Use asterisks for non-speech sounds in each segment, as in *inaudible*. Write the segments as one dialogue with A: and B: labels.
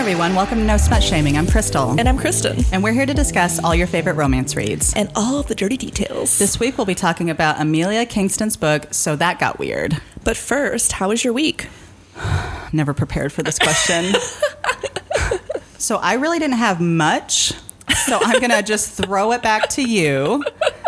A: everyone. Welcome to No Smut Shaming. I'm Crystal.
B: And I'm Kristen.
A: And we're here to discuss all your favorite romance reads.
B: And all the dirty details.
A: This week we'll be talking about Amelia Kingston's book, So That Got Weird.
B: but first, how was your week?
A: Never prepared for this question. so I really didn't have much. So I'm going to just throw it back to you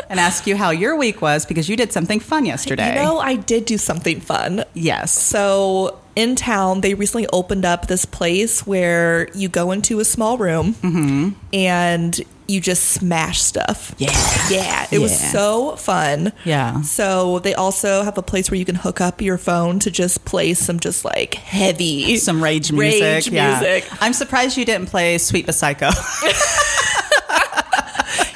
A: and ask you how your week was because you did something fun yesterday.
B: You know, I did do something fun.
A: yes.
B: So in town, they recently opened up this place where you go into a small room and you just smash stuff.
A: Mm-hmm. Yeah.
B: Yeah. It was
A: Yeah.
B: so fun.
A: Yeah.
B: So they also have a place where you can hook up your phone to just play some just like heavy
A: Some rage music.
B: Rage
A: yeah.
B: music.
A: I'm surprised you didn't play Sweet But Psycho. *laughs*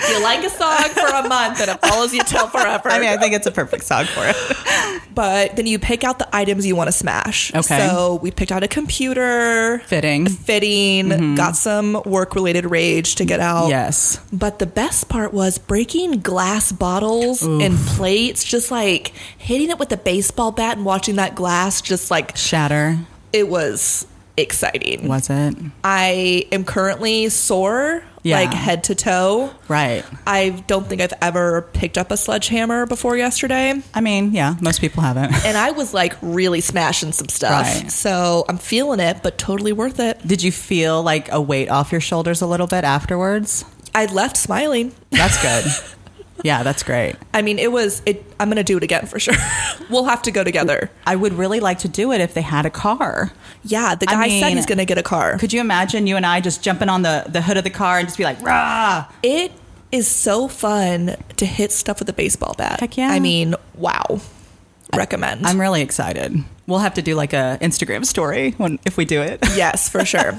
B: You like a song for a month and it follows you till
A: *laughs*
B: forever.
A: I mean, I think it's a perfect song for it.
B: but then you pick out the items you want to smash.
A: Okay.
B: So we picked out a computer,
A: Fitting. Mm-hmm.
B: fitting, got some work related rage to get out.
A: Yes.
B: But the best part was breaking glass bottles and plates, just like hitting it with a baseball bat and watching that glass just like
A: Shatter.
B: it was exciting.
A: Was it?
B: I am currently sore,
A: Yeah.
B: like head to toe.
A: Right.
B: I don't think I've ever picked up a sledgehammer before yesterday.
A: I mean, yeah, most people haven't.
B: and I was like really smashing some stuff.
A: Right.
B: So I'm feeling it, but totally worth it.
A: *laughs* Did you feel like a weight off your shoulders a little bit afterwards?
B: I left smiling.
A: That's *laughs* good. yeah, that's great.
B: I mean, it was it. I'm gonna do it again for sure. *laughs* we'll have to go together.
A: I would really like to do it if they had a car.
B: Yeah, the
A: I
B: guy said
A: mean-
B: he's gonna get a car.
A: Could you imagine you and I just jumping on the, the hood of the car and just be like, rah?
B: It is so fun to hit stuff with a baseball bat.
A: Heck yeah.
B: I mean, wow. Recommend.
A: I'm really excited. We'll have to do like a Instagram story when if we do it.
B: yes, for sure.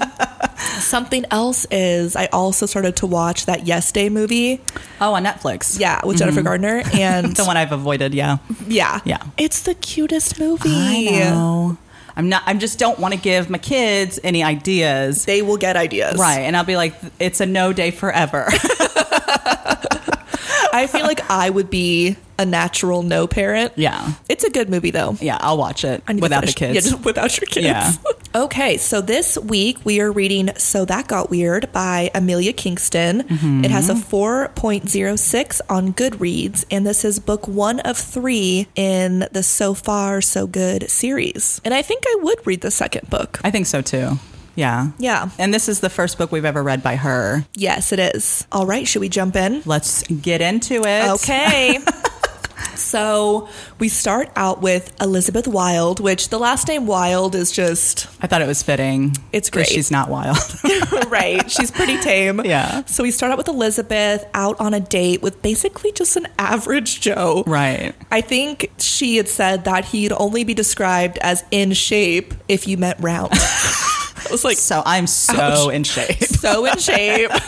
B: Something else is I also started to watch that Yes Day movie.
A: *laughs* Oh, on Netflix.
B: Yeah, with Jennifer Gardner and
A: Mm-hmm. *laughs* The one I've avoided, yeah.
B: yeah,
A: Yeah.
B: It's the cutest movie.
A: I'm not I just don't want to give my kids any ideas.
B: They will get ideas.
A: Right. And I'll be like, it's a no day forever.
B: *laughs*
A: *laughs*
B: I feel like I would be a natural no parent.
A: yeah.
B: It's a good movie though.
A: Yeah, I'll watch it
B: I need to
A: without the kids.
B: finish- Yeah, *laughs* just without your kids.
A: Yeah.
B: okay, so this week we are reading So That Got Weird by Amelia Kingston.
A: Mm-hmm.
B: It has a 4.06 on Goodreads, and this is book one of three in the So Far So Good series. And I think I would read the second book.
A: I think so too. Yeah.
B: Yeah.
A: And this is the first book we've ever read by her.
B: Yes, it is. All right, should we jump in?
A: Let's get into it.
B: *laughs* Okay. so we start out with Elizabeth Wilde, which the last name Wilde is just *laughs*
A: I thought it was fitting.
B: It's
A: 'cause
B: great.
A: She's not wild. *laughs*
B: right. She's pretty tame.
A: Yeah.
B: So we start out with Elizabeth out on a date with basically just an average Joe.
A: right.
B: I think she had said that he'd only be described as in shape if you meant round. *laughs* I was like,
A: So I'm so
B: Ouch.
A: in
B: *laughs*
A: shape.
B: so in shape. *laughs*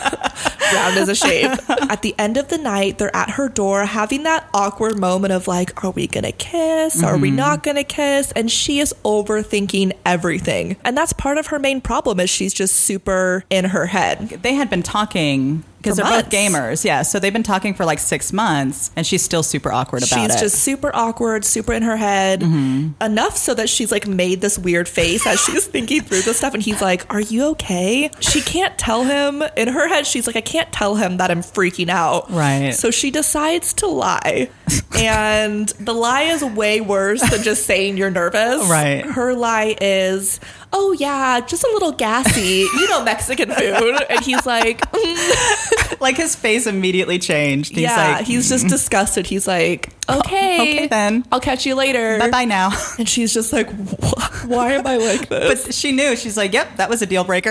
B: Round as a shape. At the end of the night, they're at her door having that awkward moment of like, are we gonna kiss? Are we not gonna kiss? And she is overthinking everything. And that's part of her main problem is she's just super in her head.
A: They had been talking because
B: For
A: they're both
B: months.
A: gamers. Yeah. So they've been talking for like six months and she's still super awkward about
B: She's
A: it. Mm-hmm.
B: just super awkward, super in her head, enough so that she's like made this weird face as she's *laughs* thinking through this stuff. And he's like, Are you okay? She can't tell him. In her head, she's like, I can't tell him that I'm freaking out.
A: Right.
B: So she decides to lie. and the lie is way worse than just saying you're nervous.
A: Right.
B: Her lie is, Oh, yeah, just a little gassy. you know, Mexican food. And he's like, "Mm,
A: like his face immediately changed. He's
B: yeah,
A: like, mm-hmm. Oh,
B: he's just disgusted. He's like, okay,
A: okay then.
B: I'll catch you later.
A: bye bye
B: *laughs*
A: now.
B: And she's just like, "Wh- why am I like *laughs* this?
A: But she knew. She's like, yep, that was a deal
B: *laughs*
A: breaker.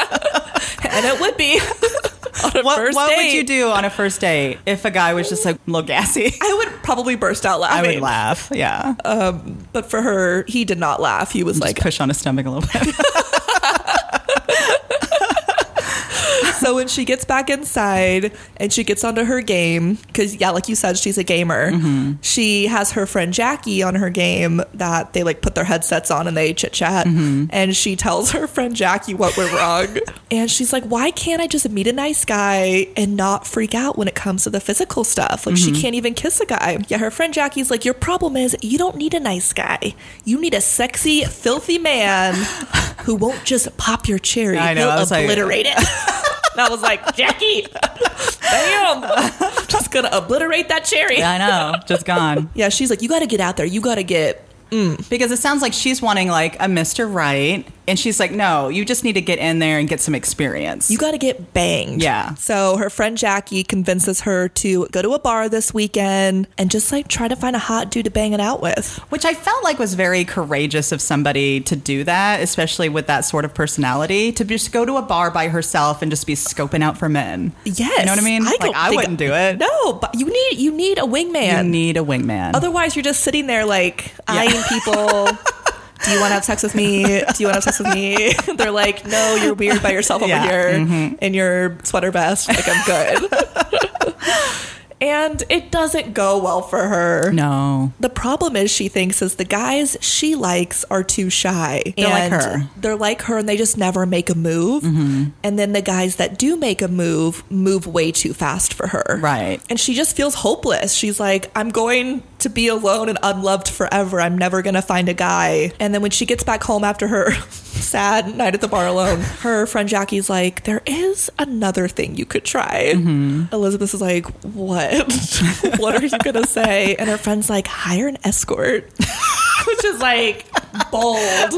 B: and it would be *laughs* on a
A: What,
B: first
A: what would
B: date.
A: you do on a first date if a guy was just like a little gassy?
B: I would probably burst out
A: I,
B: laughing.
A: would laugh. Yeah.
B: But for her, he did not laugh. He was
A: like
B: like,
A: push on his stomach a little bit.
B: *laughs* So when she gets back inside and she gets onto her game, because yeah, like you said, she's a gamer.
A: Mm-hmm.
B: She has her friend Jackie on her game that they like put their headsets on and they chit chat.
A: Mm-hmm.
B: And she tells her friend Jackie what
A: *laughs*
B: went wrong. and she's like, "Why can't I just meet a nice guy and not freak out when it comes to the physical stuff? Like
A: Mm-hmm.
B: she can't even kiss a guy." Yeah, her friend Jackie's like, "Your problem is you don't need a nice guy. You need a sexy,
A: *laughs*
B: filthy man who won't just pop your cherry.
A: I know,
B: He'll
A: I was like-
B: obliterate obliterate
A: *laughs*
B: it. and I was like, Jackie, damn, just gonna obliterate that cherry.
A: I know, just gone.
B: Yeah, she's like, you gotta get out there. You gotta get.
A: *laughs* Because it sounds like she's wanting like a Mr. Right, and she's like, no, you just need to get in there and get some experience.
B: You got to get banged.
A: Yeah.
B: So her friend Jackie convinces her to go to a bar this weekend and just like try to find a hot dude to bang it out with.
A: Which I felt like was very courageous of somebody to do that, especially with that sort of personality, to just go to a bar by herself and just be scoping out for men.
B: Yes.
A: You know what I mean? like,
B: don't
A: I
B: think-
A: wouldn't do it.
B: No, but you need you need a wingman.
A: You need a wingman.
B: Otherwise, you're just sitting there like eyeing
A: *laughs*
B: people. Do you want to have sex with me? Do you want to have sex with
A: *laughs*
B: me? They're like, no, you're weird by yourself over
A: Yeah. Mm-hmm.
B: here in your sweater vest. Like, I'm good.
A: *laughs*
B: and it doesn't go well for her.
A: no.
B: The problem is, she thinks, is the guys she likes are too shy.
A: They're like
B: And
A: her.
B: They're like her, and they just never make a move. And then the guys that do make a move move way too fast for her.
A: Right.
B: And she just feels hopeless. She's like, I'm going to be alone and unloved forever. I'm never going to find a guy. And then when she gets back home after her *laughs* sad night at the bar alone, her friend Jackie's like, There is another thing you could try. Elizabeth is like, What? *laughs* what are you going to say? And her friend's like, Hire an escort, *laughs* which is like bold.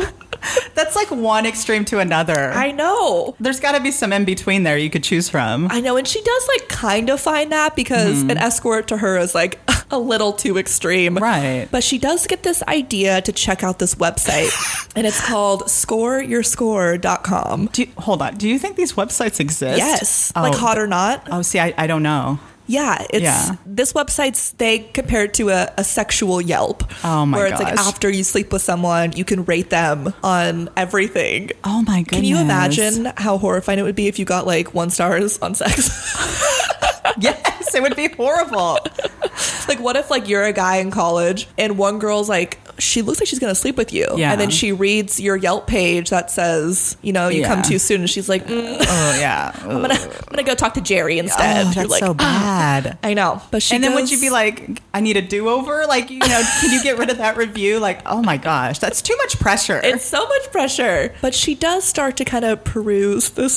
A: That's like one extreme to another.
B: I know.
A: There's got to be some in between there you could choose from.
B: I know, and she does like kind of find that because
A: Mm-hmm.
B: an escort to her is like *laughs* a little too extreme.
A: Right.
B: But she does get this idea to check out this
A: *laughs*
B: website, and it's called scoreyourscore.com.
A: Do you, hold on. Do you think these websites exist?
B: Yes,
A: Oh,
B: like hot or not.
A: Oh, see, I, I don't know.
B: Yeah, it's
A: Yeah.
B: this website's they compare it to a, a sexual Yelp.
A: Oh my
B: Where it's like
A: gosh.
B: after you sleep with someone, you can rate them on everything.
A: Oh my goodness.
B: Can you imagine how horrifying it would be if you got like one stars on sex?
A: *laughs* Yes, it would be horrible.
B: *laughs* like what if like you're a guy in college and one girl's like she looks like she's gonna sleep with you
A: Yeah.
B: and then she reads your yelp page that says you know you come
A: Yeah.
B: too soon and she's like mm,
A: oh yeah.
B: i'm gonna i'm gonna go talk to jerry instead
A: oh,
B: You're
A: that's
B: like, *gasps*
A: so
B: "Ah."
A: bad.
B: i know but she
A: and then would
B: goes-
A: you be like, I need a do over? Like, you know, can you get rid of that review? Like, oh my gosh, that's too much pressure.
B: it's so much pressure but she does start to kind of peruse the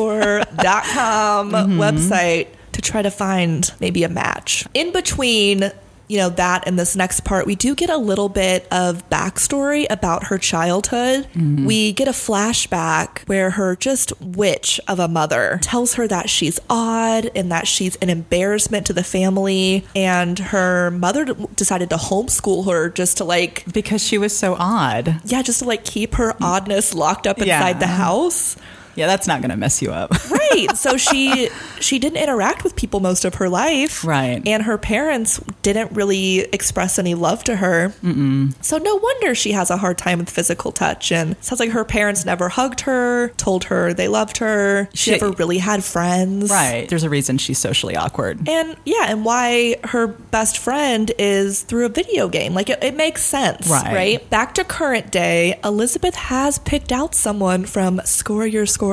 B: *laughs* scoreyourscore.com website to try to find maybe a match in between you know that and this next part we do get a little bit of backstory about her childhood we get a flashback where her just witch of a mother tells her that she's odd and that she's an embarrassment to the family and her mother d- decided to homeschool her just to like
A: because she was so odd.
B: yeah, just to like keep her oddness locked up
A: Yeah.
B: inside the house.
A: Yeah, that's not going to mess you
B: *laughs*
A: up.
B: Right. So she
A: *laughs*
B: she didn't interact with people most of her life.
A: Right.
B: And her parents didn't really express any love to her. Mm-mm. So no wonder she has a hard time with physical touch. And sounds like her parents never hugged her, told her they loved her. She
A: Yeah.
B: never really had friends.
A: right. There's a reason she's socially awkward.
B: And yeah, and why her best friend is through a video game. Like it, it makes sense, right.
A: Right.
B: Back to current day, Elizabeth has picked out someone from scoreyourscore.com.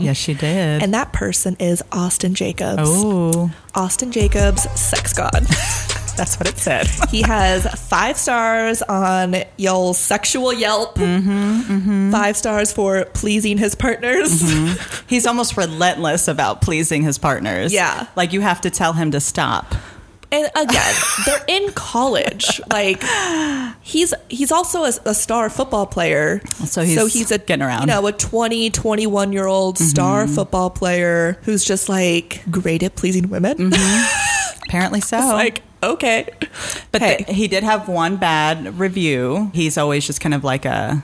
A: Yes, she did.
B: And that person is Austin Jacobs.
A: oh,
B: Austin Jacobs, sex god.
A: *laughs* that's what it said.
B: he has five stars on y'all's sexual Yelp,
A: Mm-hmm,
B: five stars for pleasing his partners.
A: Mm-hmm. He's almost relentless about pleasing his partners.
B: Yeah.
A: Like you have to tell him to stop.
B: And again, they're
A: *laughs*
B: in college. Like he's he's also a, a star football player.
A: So he's
B: a
A: getting around. Mm-hmm.
B: You know, a 20, 21 year old star football player who's just like great at pleasing women.
A: Mm-hmm.
B: *laughs*
A: Apparently so.
B: Like okay,
A: but
B: hey.
A: th- he did have one bad review. He's always just kind of like a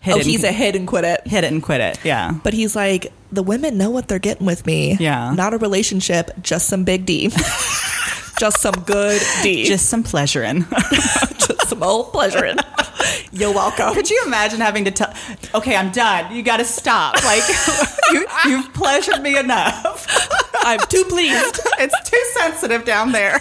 A: hit
B: oh,
A: it
B: he's a
A: and,
B: hit and quit it.
A: hit it and quit it. Yeah.
B: But he's like the women know what they're getting with me.
A: Yeah.
B: not a relationship, just some
A: *laughs*
B: big D, just some good D,
A: Just some pleasure in. *laughs*
B: just some old pleasuring. You're welcome.
A: Could you imagine having to tell, okay, I'm done. You got to stop. Like, *laughs* you, you've pleasured me enough. *laughs*
B: I'm too pleased.
A: It's too sensitive down
B: *laughs*
A: there.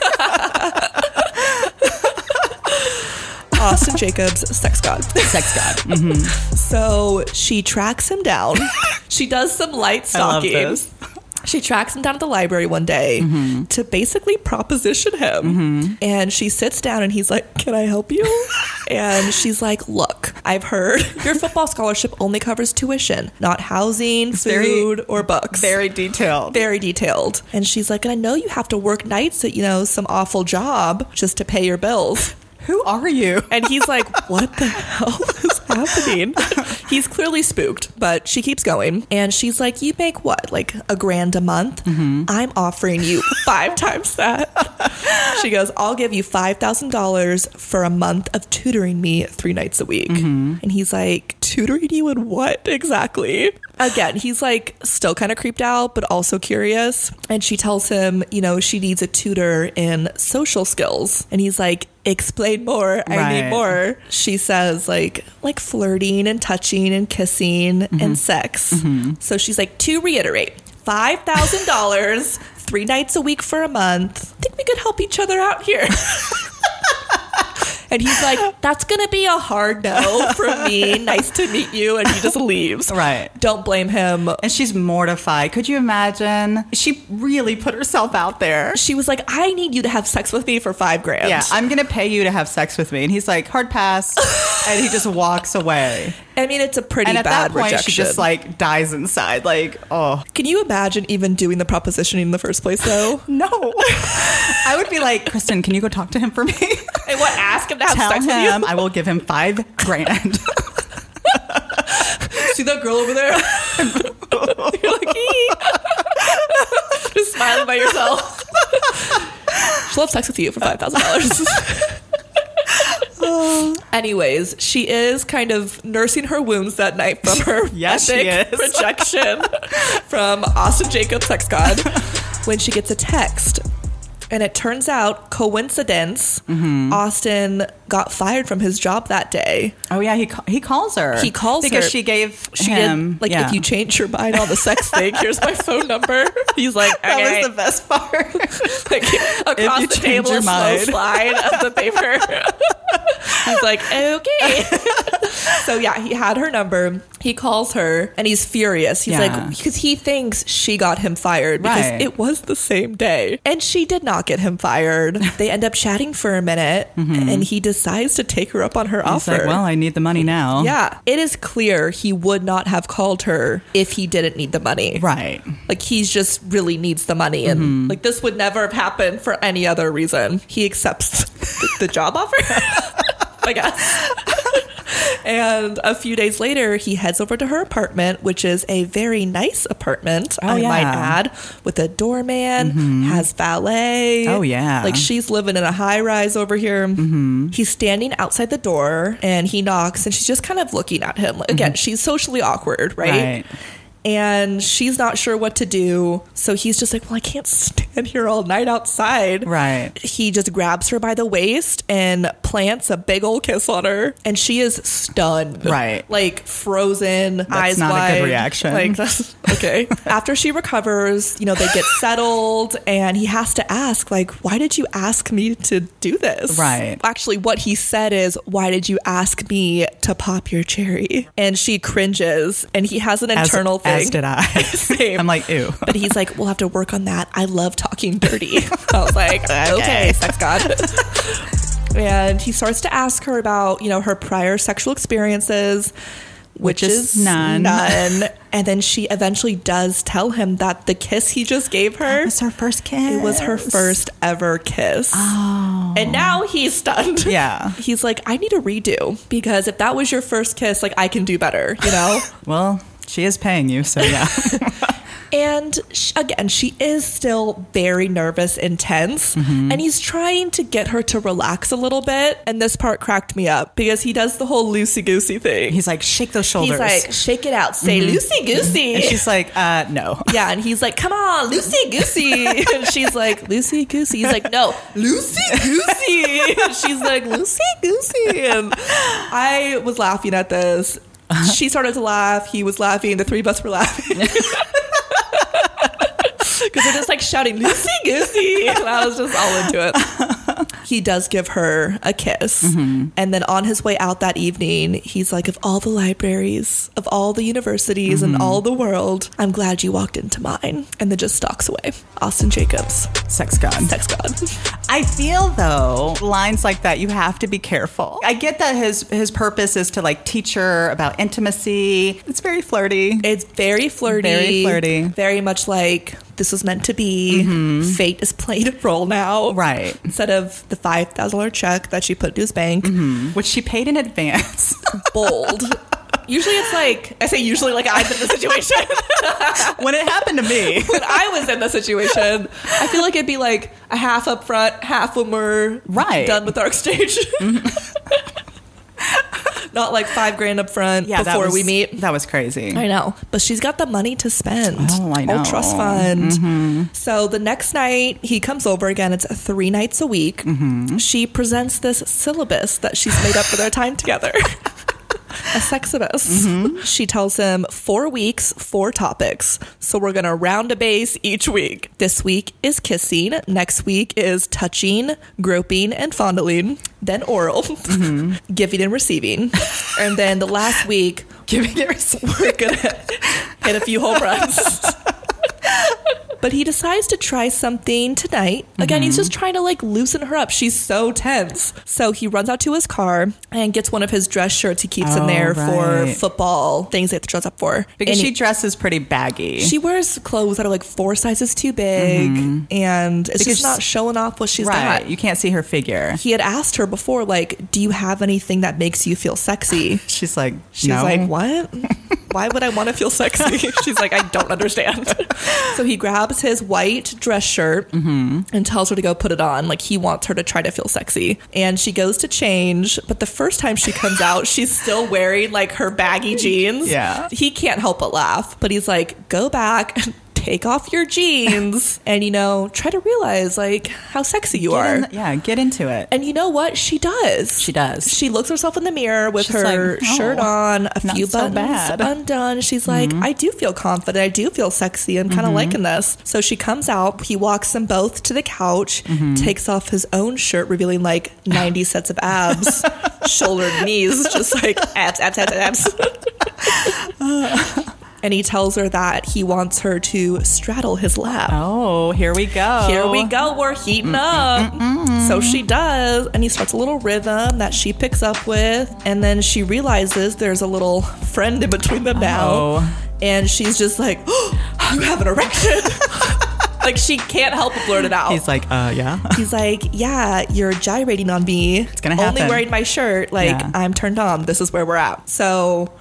B: Austin Jacobs, sex god.
A: Sex god.
B: *laughs*
A: Mm-hmm.
B: So she tracks
A: *laughs*
B: him down. she does some light
A: I love
B: stalking.
A: this. Mm-hmm.
B: She tracks him down at the library one day to basically proposition him. And she sits down and he's like, Can I help you?
A: *laughs*
B: and she's like, Look, I've heard *laughs* your football scholarship only covers tuition, not housing,
A: very-
B: food, or books.
A: Very detailed.
B: very detailed. And she's like, And I know you have to work nights at, you know, some awful job just to pay your bills.
A: Who are you?
B: And he's
A: *laughs*
B: like, What the hell is happening? He's clearly spooked, but she keeps going. And she's like, You make what? Like a grand a month? I'm offering you five times that. She goes, I'll give you $5,000 for a month of tutoring me three nights a week. And he's like, Tutoring you in what exactly? Again, he's like still kind of creeped out, but also curious. And she tells him, you know, she needs a tutor in social skills. And he's like, explain more. I
A: Right.
B: need more her, she says like like flirting and touching and kissing
A: Mm-hmm.
B: and sex. So she's like to reiterate, five thousand dollars, *laughs* three nights a week for a month. I think we could help each other out here. *laughs* and he's like, that's gonna be a hard no
A: *laughs*
B: from me. Nice to meet you, and he just leaves.
A: Right.
B: Don't blame him.
A: And she's mortified. Could you imagine? She really put herself out there.
B: She was like, I need you to have sex with me for five grand.
A: Yeah, I'm going to pay you to have sex with me. And he's like, hard
B: *laughs*
A: pass. and he just walks away.
B: I mean, it's a pretty
A: and at that
B: bad
A: point,
B: rejection.
A: she just like dies inside. Like, oh,
B: Can you imagine even doing the propositioning in the first
A: *laughs*
B: place, though?
A: no. I would be like, Kristen, can you go talk to him
B: *laughs*
A: for me?
B: And what? Ask him to have
A: Tell
B: sex
A: him
B: with
A: I will give him five
B: *laughs*
A: grand.
B: you? See that girl over there? *laughs* You're like, "Ee." *laughs* just smiling by yourself. She'll have sex with you for five thousand dollars. *laughs* Anyways, she is kind of nursing her wounds that night from *laughs* her
A: Yes, she
B: epic
A: is.
B: rejection from Austin Jacobs, sex god, when she gets a text. And it turns out, coincidence,
A: Mm-hmm.
B: Austin got fired from his job that day.
A: oh, yeah. He, ca- he calls her.
B: He calls
A: because
B: her.
A: she gave
B: She
A: him.
B: did like
A: yeah.
B: if you change your mind on the sex thing, here's my
A: *laughs*
B: phone number. He's like,
A: That
B: okay.
A: was the best
B: *laughs*
A: part. *laughs*
B: like across
A: you
B: the
A: change
B: table,
A: your
B: a slow
A: mind.
B: slide of the
A: *laughs*
B: paper. he's like, okay. *laughs* so yeah, he had her number. He calls her, and he's furious. He's
A: Yeah.
B: like, because he thinks she got him fired because
A: Right.
B: it was the same day, and she did not get
A: *laughs*
B: him fired. They end up chatting for a minute, and he decides to take her up on her
A: It's
B: offer.
A: Mm-hmm. like, well, I need the money now.
B: yeah, it is clear he would not have called her if he didn't need the money.
A: Right. Mm-hmm.
B: Like he's just really needs the money, and like this would never have happened for any other reason. He accepts the, the job offer, *laughs* I guess. and a few days later, he heads over to her apartment, which is a very nice apartment, I
A: Oh, yeah. Mm-hmm.
B: might add, with a doorman, has valet.
A: Oh, yeah.
B: like she's living in a high rise over here. Mm-hmm. He's standing outside the door, and he knocks, and she's just kind of looking at him. Like, Again, she's socially awkward,
A: Mm-hmm. Right.
B: right? and she's not sure what to do. So he's just like, Well, I can't stand here all night outside.
A: Right.
B: He just grabs her by the waist and plants a big old kiss on her. And she is stunned.
A: Right.
B: Like frozen, eyes
A: not a
B: wide.
A: good reaction.
B: Like, that's okay. *laughs* After she recovers, you know, they
A: *laughs*
B: get settled and he has to ask, like, why did you ask me to do this?
A: Right.
B: Actually, what he said is, why did you ask me to pop your cherry? And she cringes and he has an
A: As-
B: internal thing.
A: As did I.
B: *laughs* Same.
A: I'm like, ew.
B: but he's like, we'll have to work on that. I love
A: *laughs*
B: talking dirty. I was like, okay, sex god. and he starts to ask her about, you know, her prior sexual experiences, which,
A: Which is none. *laughs*
B: none. And then she eventually does tell him that the kiss he just gave her
A: It's her first kiss.
B: it was her first ever kiss. And now he's stunned.
A: Oh. Yeah.
B: He's like, I need a redo because if that was your first kiss, like I can do better, you know?
A: *laughs* Well, she is paying you, so yeah.
B: And sh again, she is still very nervous and tense.
A: Mm-hmm.
B: And he's trying to get her to relax a little bit. And this part cracked me up because he does the whole loosey goosey thing.
A: He's like, shake those shoulders. Mm-hmm.
B: He's like, shake it out, say loosey
A: *laughs*
B: goosey.
A: and she's like, uh, no.
B: *laughs* Yeah, and he's like, "Come on, Lucy Goosey," and she's like, "Lucy Goosey." He's like, "No, Lucy *laughs* Goosey." And she's like, "Lucy Goosey," and I was laughing at this. She started to laugh. He was laughing. The three of us were laughing *laughs* because they're just like shouting "Lucy Goosey," and I was just all into it. He does give her a kiss,
A: Mm-hmm.
B: and then on his way out that evening, he's like, "Of all the libraries, of all the universities,
A: Mm-hmm.
B: in all the world, I'm glad you walked into mine." And then just stalks away. Austin Jacobs,
A: Sex god.
B: sex god.
A: I feel though lines like that you have to be careful. I get that his his purpose is to like teach her about intimacy. It's very flirty.
B: It's very flirty,
A: Very flirty. Mm-hmm.
B: very much like this was meant to be. Fate is playing a role now,
A: Right.
B: Instead of the five thousand dollar check that she put into his bank,
A: Which she paid in advance. *laughs*
B: bold. Usually it's like I say usually like I'm in the situation.
A: when it happened to *laughs* me.
B: when I was in the situation, I feel like it'd be like a half up front, half when we're
A: Right.
B: done with our exchange. Mm-hmm. *laughs* Not like five grand up front
A: that
B: before
A: was-
B: we meet.
A: That was crazy.
B: I know. But she's got the money to spend.
A: Oh, I
B: Old trust
A: know. Mm-hmm.
B: fund. So the next night, he comes over again. It's three nights a week.
A: Mm-hmm.
B: She presents this syllabus that she's made up for their time together.
A: *laughs*
B: A sexibus.
A: Mm-hmm.
B: She tells him four weeks, four topics. So we're going to round a base each week. This week is kissing. Next week is touching, groping, and fondling. Then oral,
A: Mm-hmm.
B: *laughs* giving and receiving. And then the last week,
A: *laughs* Giving it receiving.
B: we're gonna hit a few home runs. But he decides to try something tonight. Again,
A: Mm-hmm.
B: he's just trying to like loosen her up. She's so tense. So he runs out to his car and gets one of his dress shirts he keeps in
A: Oh,
B: there for
A: right.
B: football things they have to dress up for.
A: Because
B: And
A: she
B: he-
A: dresses pretty baggy.
B: she wears clothes that are like four sizes too big and it's
A: Mm-hmm. Because-
B: just not showing off what she's
A: right.
B: got.
A: You can't see her figure.
B: He had asked her before, like, do you have anything that makes you feel sexy?
A: She's like,
B: She's
A: no.
B: like, what? Why would I want to feel sexy? *laughs* She's like, I don't understand. *laughs* so he grabs his white dress shirt
A: Mm-hmm.
B: and tells her to go put it on. Like he wants her to try to feel sexy. And she goes to change, but the first time
A: *laughs*
B: she comes out, she's still wearing like her baggy jeans.
A: Yeah.
B: He can't help but laugh, but he's like, go back. *laughs* Take off your jeans and you know, try to realize like how sexy you
A: Get
B: are.
A: in the- yeah, get into it.
B: And you know what? She does.
A: She does.
B: She looks herself in the mirror with
A: She's
B: her
A: like, "No,
B: shirt on, a
A: not
B: few
A: so
B: buttons
A: bad." Mm-hmm.
B: undone. She's like, I do feel confident. I do feel sexy. I'm kind of liking this. So she comes out. He walks them both to the couch,
A: Mm-hmm.
B: takes off his own shirt, revealing like
A: *laughs*
B: 90 sets of abs, shoulder, knees, just like abs, abs, abs, abs.
A: *laughs*
B: and he tells her that he wants her to straddle his lap
A: oh, here we go.
B: here we go we're
A: Mm,
B: heating up so she does and he starts a little rhythm that she picks up with and then she realizes there's a little friend in between them now
A: Oh.
B: and she's just like *gasps* you have
A: *laughs*
B: an erection like she can't help but blurt it out
A: He's like, uh, yeah.
B: *laughs* He's like, yeah, you're gyrating on me. It's
A: gonna
B: Only
A: happen.
B: wearing my shirt. Like,
A: Yeah.
B: I'm turned on. This is where we're at. So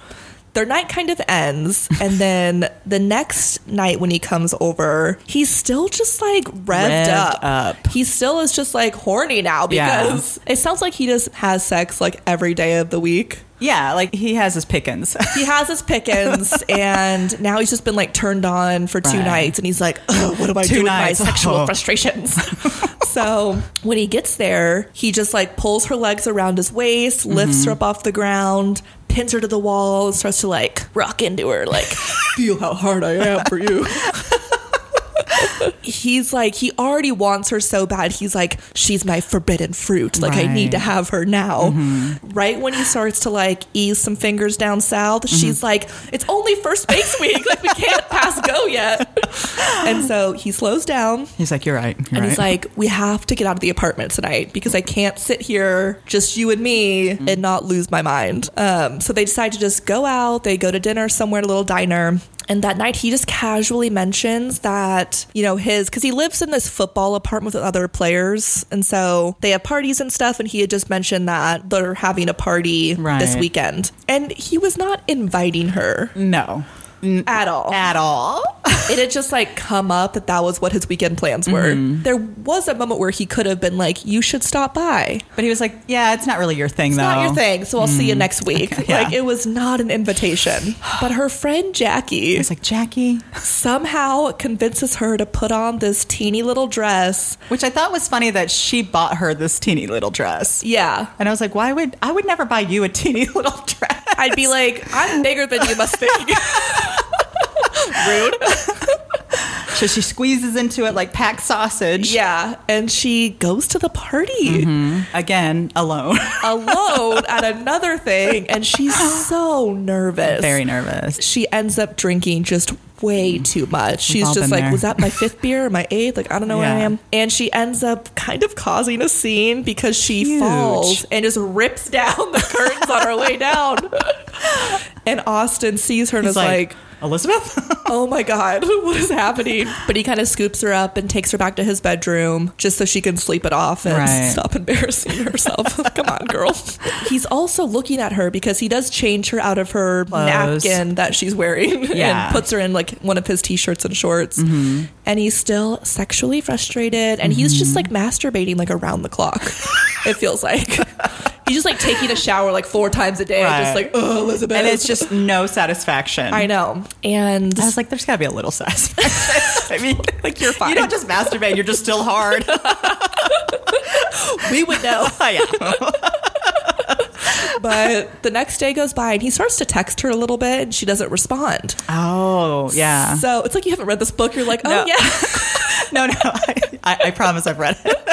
B: their night kind of
A: *laughs*
B: ends. And then the next night when he comes over, he's still just like revved,
A: Revved
B: up.
A: up.
B: He still is just like horny now
A: Yeah.
B: because it sounds like he just has sex like every day of the week.
A: yeah, like he has his pickings.
B: He has
A: *laughs*
B: his pickings and now he's just been like turned on for two
A: Right.
B: nights and he's like, "Ugh, what do I
A: Two
B: do with
A: nights.
B: my sexual
A: Oh. *laughs*
B: frustrations? so when he gets there, he just like pulls her legs around his waist, lifts
A: Mm-hmm.
B: her up off the ground, pins her to the wall, and starts to like rock into her, like, feel how hard I am for you. He's like, he already wants her so bad. He's like, she's my forbidden fruit. Like, I need to
A: Right.
B: have her now. Right when he starts to like ease some fingers down south, she's like, it's only first base week. Like, we can't pass go yet. And so he slows down.
A: *laughs* He's like, you're right. You're
B: And
A: right.
B: he's like, we have to get out of the apartment tonight because I can't sit here, just you and me,
A: Mm-hmm.
B: and not lose my mind. Um, so they decide to just go out. They go to dinner somewhere, at a little diner. And that night, he just casually mentions that, you know, his, because he lives in this football apartment with other players. And so they have parties and stuff. And he had just mentioned that they're having a party this
A: Right.
B: weekend. And he was not inviting her.
A: no.
B: at all.
A: at all.
B: it had just like come up that that was what his weekend plans were.
A: Mm-hmm.
B: There was a moment where he could have been like, "You should stop by."
A: But he was like, "Yeah, it's not really your thing,
B: It's
A: though.
B: not your thing, so I'll see you next week.
A: Mm-hmm. Okay, yeah.
B: Like it was not an invitation. But her friend Jackie
A: It's like Jackie,
B: somehow convinces her to put on this teeny little dress.
A: which I thought was funny that she bought her this teeny little dress,
B: Yeah.
A: and I was like, "Why would I would never buy you a teeny *laughs* little dress?"
B: I'd be like, I'm bigger than you must
A: *laughs*
B: think. Rude.
A: So she squeezes into it like packed sausage.
B: Yeah. And she goes to the party
A: Mm-hmm. Again, alone.
B: alone at another thing. And she's so nervous.
A: Very nervous.
B: she ends up drinking just way too much. She's
A: Mm. all
B: just
A: been
B: like,
A: there.
B: was that my fifth beer or my eighth? Like, I don't know where I
A: Yeah.
B: am. And she ends up kind of causing a scene because she
A: Huge.
B: falls and just rips down the curtains on her way
A: *laughs*
B: down. And Austin sees her and
A: He's
B: is like,
A: like, Elizabeth?
B: oh my God, *laughs* what is happening? But he kind of scoops her up and takes her back to his bedroom just so she can sleep it off and
A: Right.
B: stop embarrassing *laughs* herself. Come on, girl. He's also looking at her because he does change her out of her
A: Clothes.
B: napkin that she's wearing *laughs*
A: Yeah. Mm-hmm.
B: and puts her in like one of his t shirts and shorts. And he's still sexually frustrated and he's just
A: Mm-hmm.
B: like masturbating like around the clock, *laughs* it feels like. He's just like taking a shower like four times a day,
A: Right.
B: just like, oh, Elizabeth.
A: and it's just no satisfaction.
B: I know. And
A: I was like, there's got to be a little satisfaction. *laughs* I mean,
B: like, you're fine.
A: you don't just masturbate, you're just still hard.
B: we would know.
A: *laughs* yeah.
B: But the next day goes by and he starts to text her a little bit and she doesn't respond.
A: Oh, yeah.
B: So it's like you haven't read this book. You're like, oh,
A: No.
B: yeah.
A: No, no, I, I, I promise I've read it. *laughs*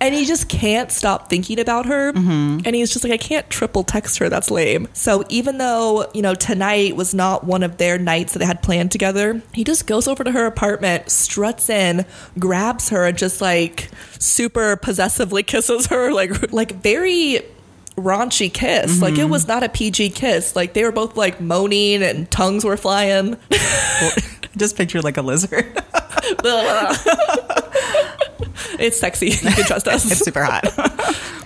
B: And he just can't stop thinking about her. And he's just like, I can't triple text her. That's lame. So even though, you know, tonight was not one of their nights that they had planned together, he just goes over to her apartment, struts in, grabs her, and just like super possessively *laughs* kisses her. Like, like very raunchy kiss. Like it was not a PG kiss. Like they were both like moaning and tongues were flying. *laughs*
A: Just picture like a lizard.
B: it's sexy. You can trust
A: It's
B: us.
A: super hot.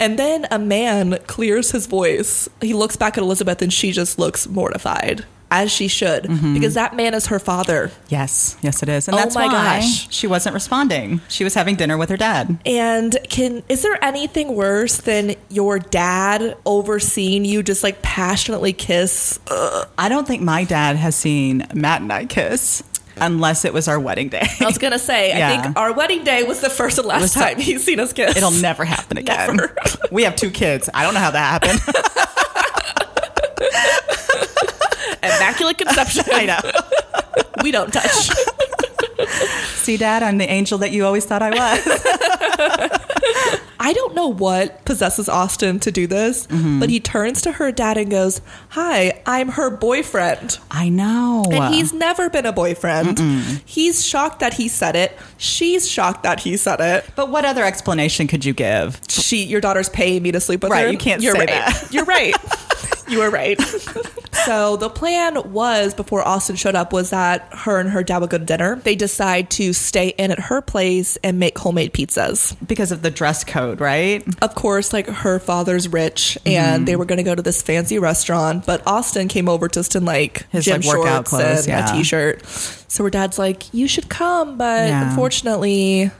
B: And then a man clears his voice. He looks back at Elizabeth and she just looks mortified, as she should,
A: Mm-hmm.
B: because that man is her father.
A: Yes, yes, it is. And
B: Oh
A: that's
B: my
A: why
B: gosh.
A: she wasn't responding. She was having dinner with her dad.
B: And can is there anything worse than your dad overseeing you just like passionately kiss?
A: I don't think my dad has seen Matt and I kiss unless it was our wedding day. *laughs*
B: I was gonna say, I
A: Yeah.
B: think our wedding day was the first and last
A: was-
B: time he's seen us kiss.
A: It'll never happen again.
B: Never.
A: *laughs* We have two kids. I don't know how that happened.
B: immaculate *laughs* conception.
A: I know.
B: we don't touch.
A: *laughs* See, Dad, I'm the angel that you always thought I was.
B: I don't know what possesses Austin to do this,
A: Mm-hmm.
B: but he turns to her dad and goes, Hi, I'm her boyfriend.
A: *laughs* I know.
B: And he's never been a boyfriend. He's shocked that he said it. She's shocked that he said it.
A: But what other explanation could you give?
B: She, your daughter's paying me to sleep with
A: Right,
B: her.
A: you can't
B: You're
A: say
B: right.
A: that.
B: You're right. *laughs* you were right. so the plan was before Austin showed up was that her and her dad would go to dinner. They decide to stay in at her place and make homemade pizzas.
A: Because of the dress code, right?
B: of course, like her father's rich, and
A: Mm-hmm.
B: they were going to go to this fancy restaurant. But Austin came over just in like
A: His,
B: gym
A: like, workout
B: shorts
A: clothes,
B: and
A: yeah.
B: a t-shirt. So her dad's like, "You should come, but
A: Yeah. Mm-hmm.
B: unfortunately,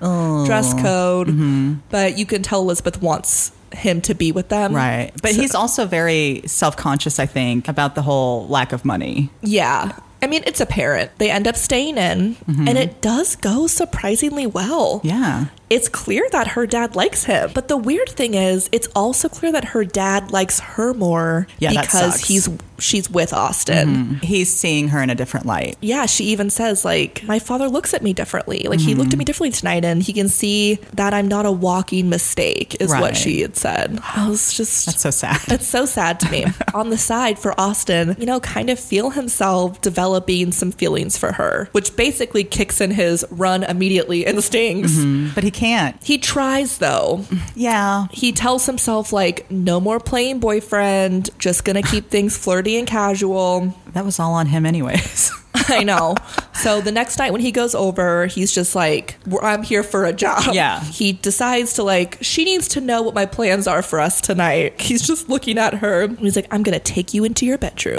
B: dress code." But you can tell Elizabeth wants him to be with them,
A: Right. But
B: So-
A: he's also very self conscious, I think, about the whole lack of money.
B: yeah. I mean, it's apparent. They end up staying in,
A: Mm-hmm.
B: and it does go surprisingly well.
A: Yeah.
B: It's clear that her dad likes him. But the weird thing is, it's also clear that her dad likes her more
A: Yeah, that
B: because
A: sucks. Mm-hmm.
B: he's she's with Austin.
A: Mm. He's seeing her in a different light.
B: Yeah, she even says like my father looks at me differently. Like he
A: Mm-hmm.
B: looked at me differently tonight and he can see that I'm not a walking mistake is what
A: Right.
B: she
A: *gasps*
B: had said. I was just
A: That's so sad.
B: it's so sad
A: *laughs*
B: to me. On the side for Austin, you know, kind of feel himself developing some feelings for her, which basically kicks in his run immediately instincts.
A: *laughs* But he can't.
B: He tries though,
A: Yeah.
B: he tells himself like no more playing boyfriend just gonna keep things flirty and casual
A: That was all on him, anyways.
B: I know. So the next night when he goes over, he's just like, "Well, I'm here for a job.
A: Yeah.
B: He decides to like, she needs to know what my plans are for us tonight. *laughs* He's just looking at her. He's like, I'm going to take you into your bedroom,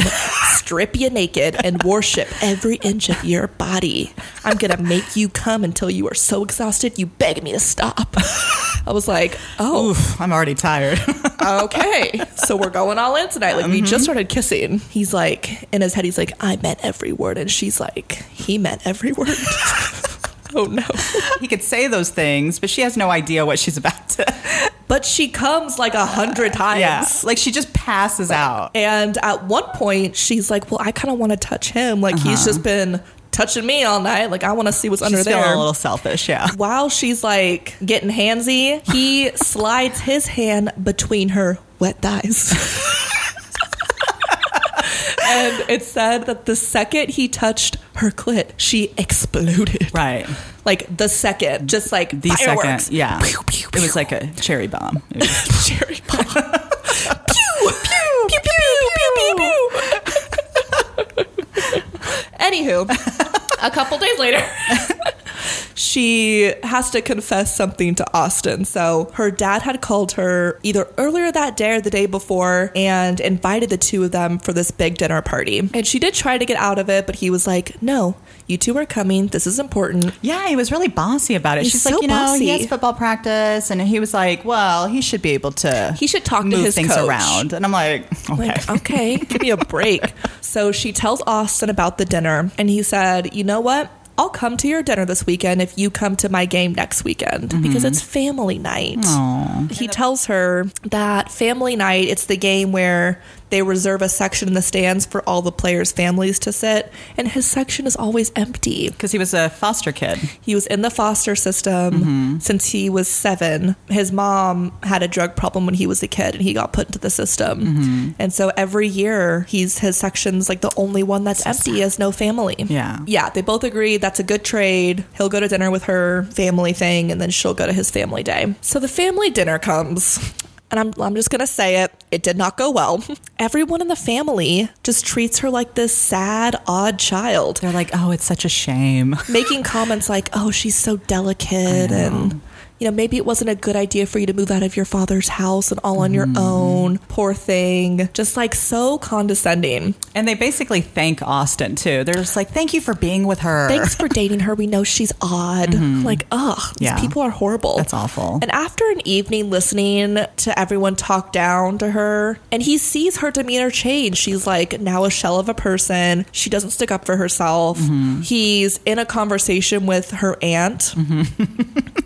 B: strip you naked, and worship every inch of your body. I'm going to make you come until you are so exhausted you beg me to stop. I was like,
A: *laughs*
B: oh,
A: Oof, I'm already tired.
B: okay, so we're going all in tonight. Like, we
A: Mm-hmm.
B: just started kissing. He's like, in his head, he's like, I meant every word. And she's like, he meant every word.
A: *laughs*
B: oh, no.
A: he could say those things, but she has no idea what she's about to.
B: But she comes like a hundred times.
A: Yeah. Like she just passes out.
B: And at one point, she's like, well, I kind of want to touch him. Like, he's just been touching me all night. Like, I want to see what's under
A: Uh-huh. She's
B: there.
A: feeling a little selfish. Yeah.
B: While she's like getting handsy,
A: *laughs*
B: he slides his hand between her wet thighs. and it said that the second he touched her clit, she exploded.
A: Right.
B: Like the second, just like
A: The
B: fireworks.
A: second. Yeah.
B: Pew, pew,
A: It was like a cherry bomb. It was-
B: cherry bomb. pew, pew, pew, pew, pew, pew, pew. Anywho, a couple days later, *laughs* she has to confess something to Austin. So her dad had called her either earlier that day or the day before and invited the two of them for this big dinner party. And she did try to get out of it, but he was like, no. You two are coming. This is important.
A: Yeah, he was really bossy about it.
B: He's
A: She's
B: so
A: like, you know, he
B: bossy.
A: has football practice, and he was like, well, he should be able to.
B: He should talk to
A: move
B: his
A: things
B: coach.
A: around. And I'm like, okay,
B: Like, oh.
A: *laughs*
B: okay, give me a break. So she tells Austin about the dinner, and he said, You know what? I'll come to your dinner this weekend if you come to my game next weekend because it's family night. He tells her that family night, it's the game where they reserve a section in the stands for all the players' families to sit, and his section is always empty.
A: because he was a foster kid.
B: He was in the foster system since he was seven. His mom had a drug problem when he was a kid, and he got put into the system. And so every year, he's his section's like the only one that's empty. He has no family.
A: Yeah.
B: yeah. They both agree that's a good trade. He'll go to dinner with her family thing, and then she'll go to his family day. So the family dinner comes. And I'm, I'm just gonna say it, it did not go well. *laughs* Everyone in the family just treats her like this sad, odd child
A: They're like, oh, it's such a shame.
B: making comments like, "Oh, she's so delicate," and you know, maybe it wasn't a good idea for you to move out of your father's house and all on your
A: Mm-hmm.
B: own. Poor thing, just like so
A: *laughs*
B: condescending.
A: And they basically thank Austin too. They're just like, thank you for being with her.
B: Thanks for dating her. We know she's odd. Like, ugh,
A: Mm-hmm. Yeah.
B: these people are horrible.
A: That's awful.
B: And after an evening listening to everyone talk down to her, and he sees her demeanor change. She's like now a shell of a person. She doesn't stick up for herself.
A: Mm-hmm.
B: He's in a conversation with her aunt,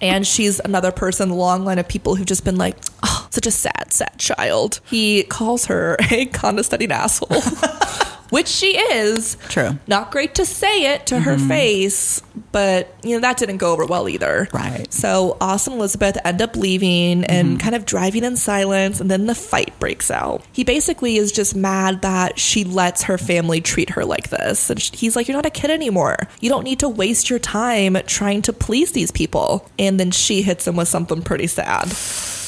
B: and she's another person, in the long line of people who've just been like, oh, such a sad, sad child. He calls her *laughs* a condescending asshole. *laughs* Which she is.
A: True.
B: Not great to say it to her face, but you know, that didn't go over well either.
A: Right. Mm-hmm.
B: So Austin and Elizabeth end up leaving and kind of driving in silence, and then the fight breaks out. He basically is just mad that she lets her family treat her like this. And sh- he's like, You're not a kid anymore. You don't need to waste your time trying to please these people. And then she hits him with something pretty sad.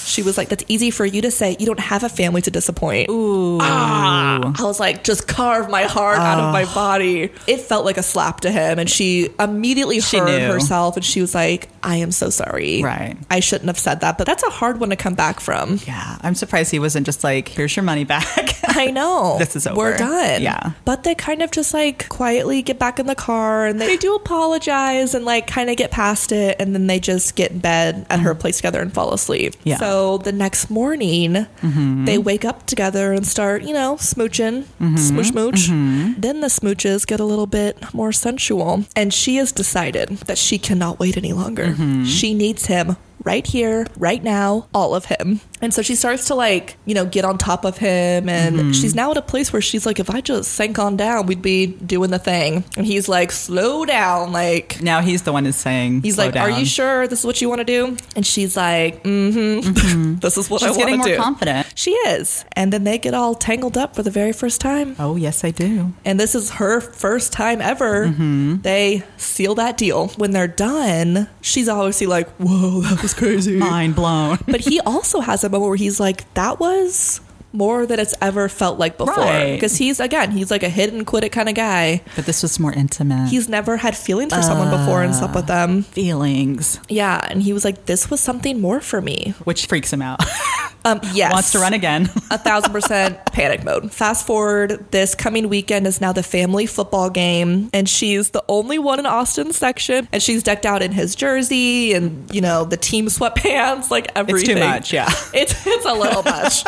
B: She was like, That's easy for you to say. You don't have a family to disappoint. Ah. I was like, Just carve my heart out of my
A: Ah.
B: body. It felt like a slap to him. And she immediately
A: She
B: heard
A: knew.
B: herself herself and she was like, I am so sorry.
A: Right.
B: I shouldn't have said that. But that's a hard one to come
A: *laughs*
B: back from.
A: yeah, I'm surprised he wasn't just like, here's your money back. *laughs*
B: I know.
A: This is over.
B: We're done.
A: Yeah.
B: But they kind of just like quietly get back in the car and they, they do apologize and like kind of get past it. And then they just get in bed at her place together and fall asleep.
A: Mm. Yeah.
B: So the next morning, they wake up together and start, you know, smooching, smooch, smooch. Then the smooches get a little bit more sensual. And she has decided that she cannot wait any longer. She needs him right here, right now, all of him. And so she starts to like, you know, get on top of him. And she's now at a place where she's like, if I just sank on down, we'd be doing the thing. And he's like, slow down. Like,
A: now he's the one who's saying,
B: he's
A: "Slow
B: like, are
A: down."
B: you sure this is what you want to do? And she's like, mm hmm, *laughs* this is what
A: Mm-hmm. She's
B: I want to
A: getting more
B: do.
A: confident.
B: She is. And then they get all tangled up for the very first time.
A: Oh, yes, I do.
B: And this is her first time ever.
A: Mm-hmm.
B: They seal that deal. When they're done, she's obviously like, whoa, *laughs* that was crazy.
A: Mind blown.
B: but he also has a moment where he's like, that was more than it's ever felt like before.
A: Right.
B: Because he's, again, he's like a hit and quit it kind of guy.
A: But this was more intimate.
B: He's never had feelings for someone before and slept with
A: Uh.
B: them.
A: feelings,
B: Yeah. And he was like, this was something more for me.
A: which freaks him out. *laughs*
B: Um, yes.
A: Wants to run again.
B: a
A: *laughs*
B: thousand percent panic mode. Fast forward, this coming weekend is now the family football game, and she's the only one in Austin's section, and she's decked out in his jersey and you know the team sweatpants, like
A: It's
B: everything.
A: too much, yeah.
B: *laughs* It's it's a little much.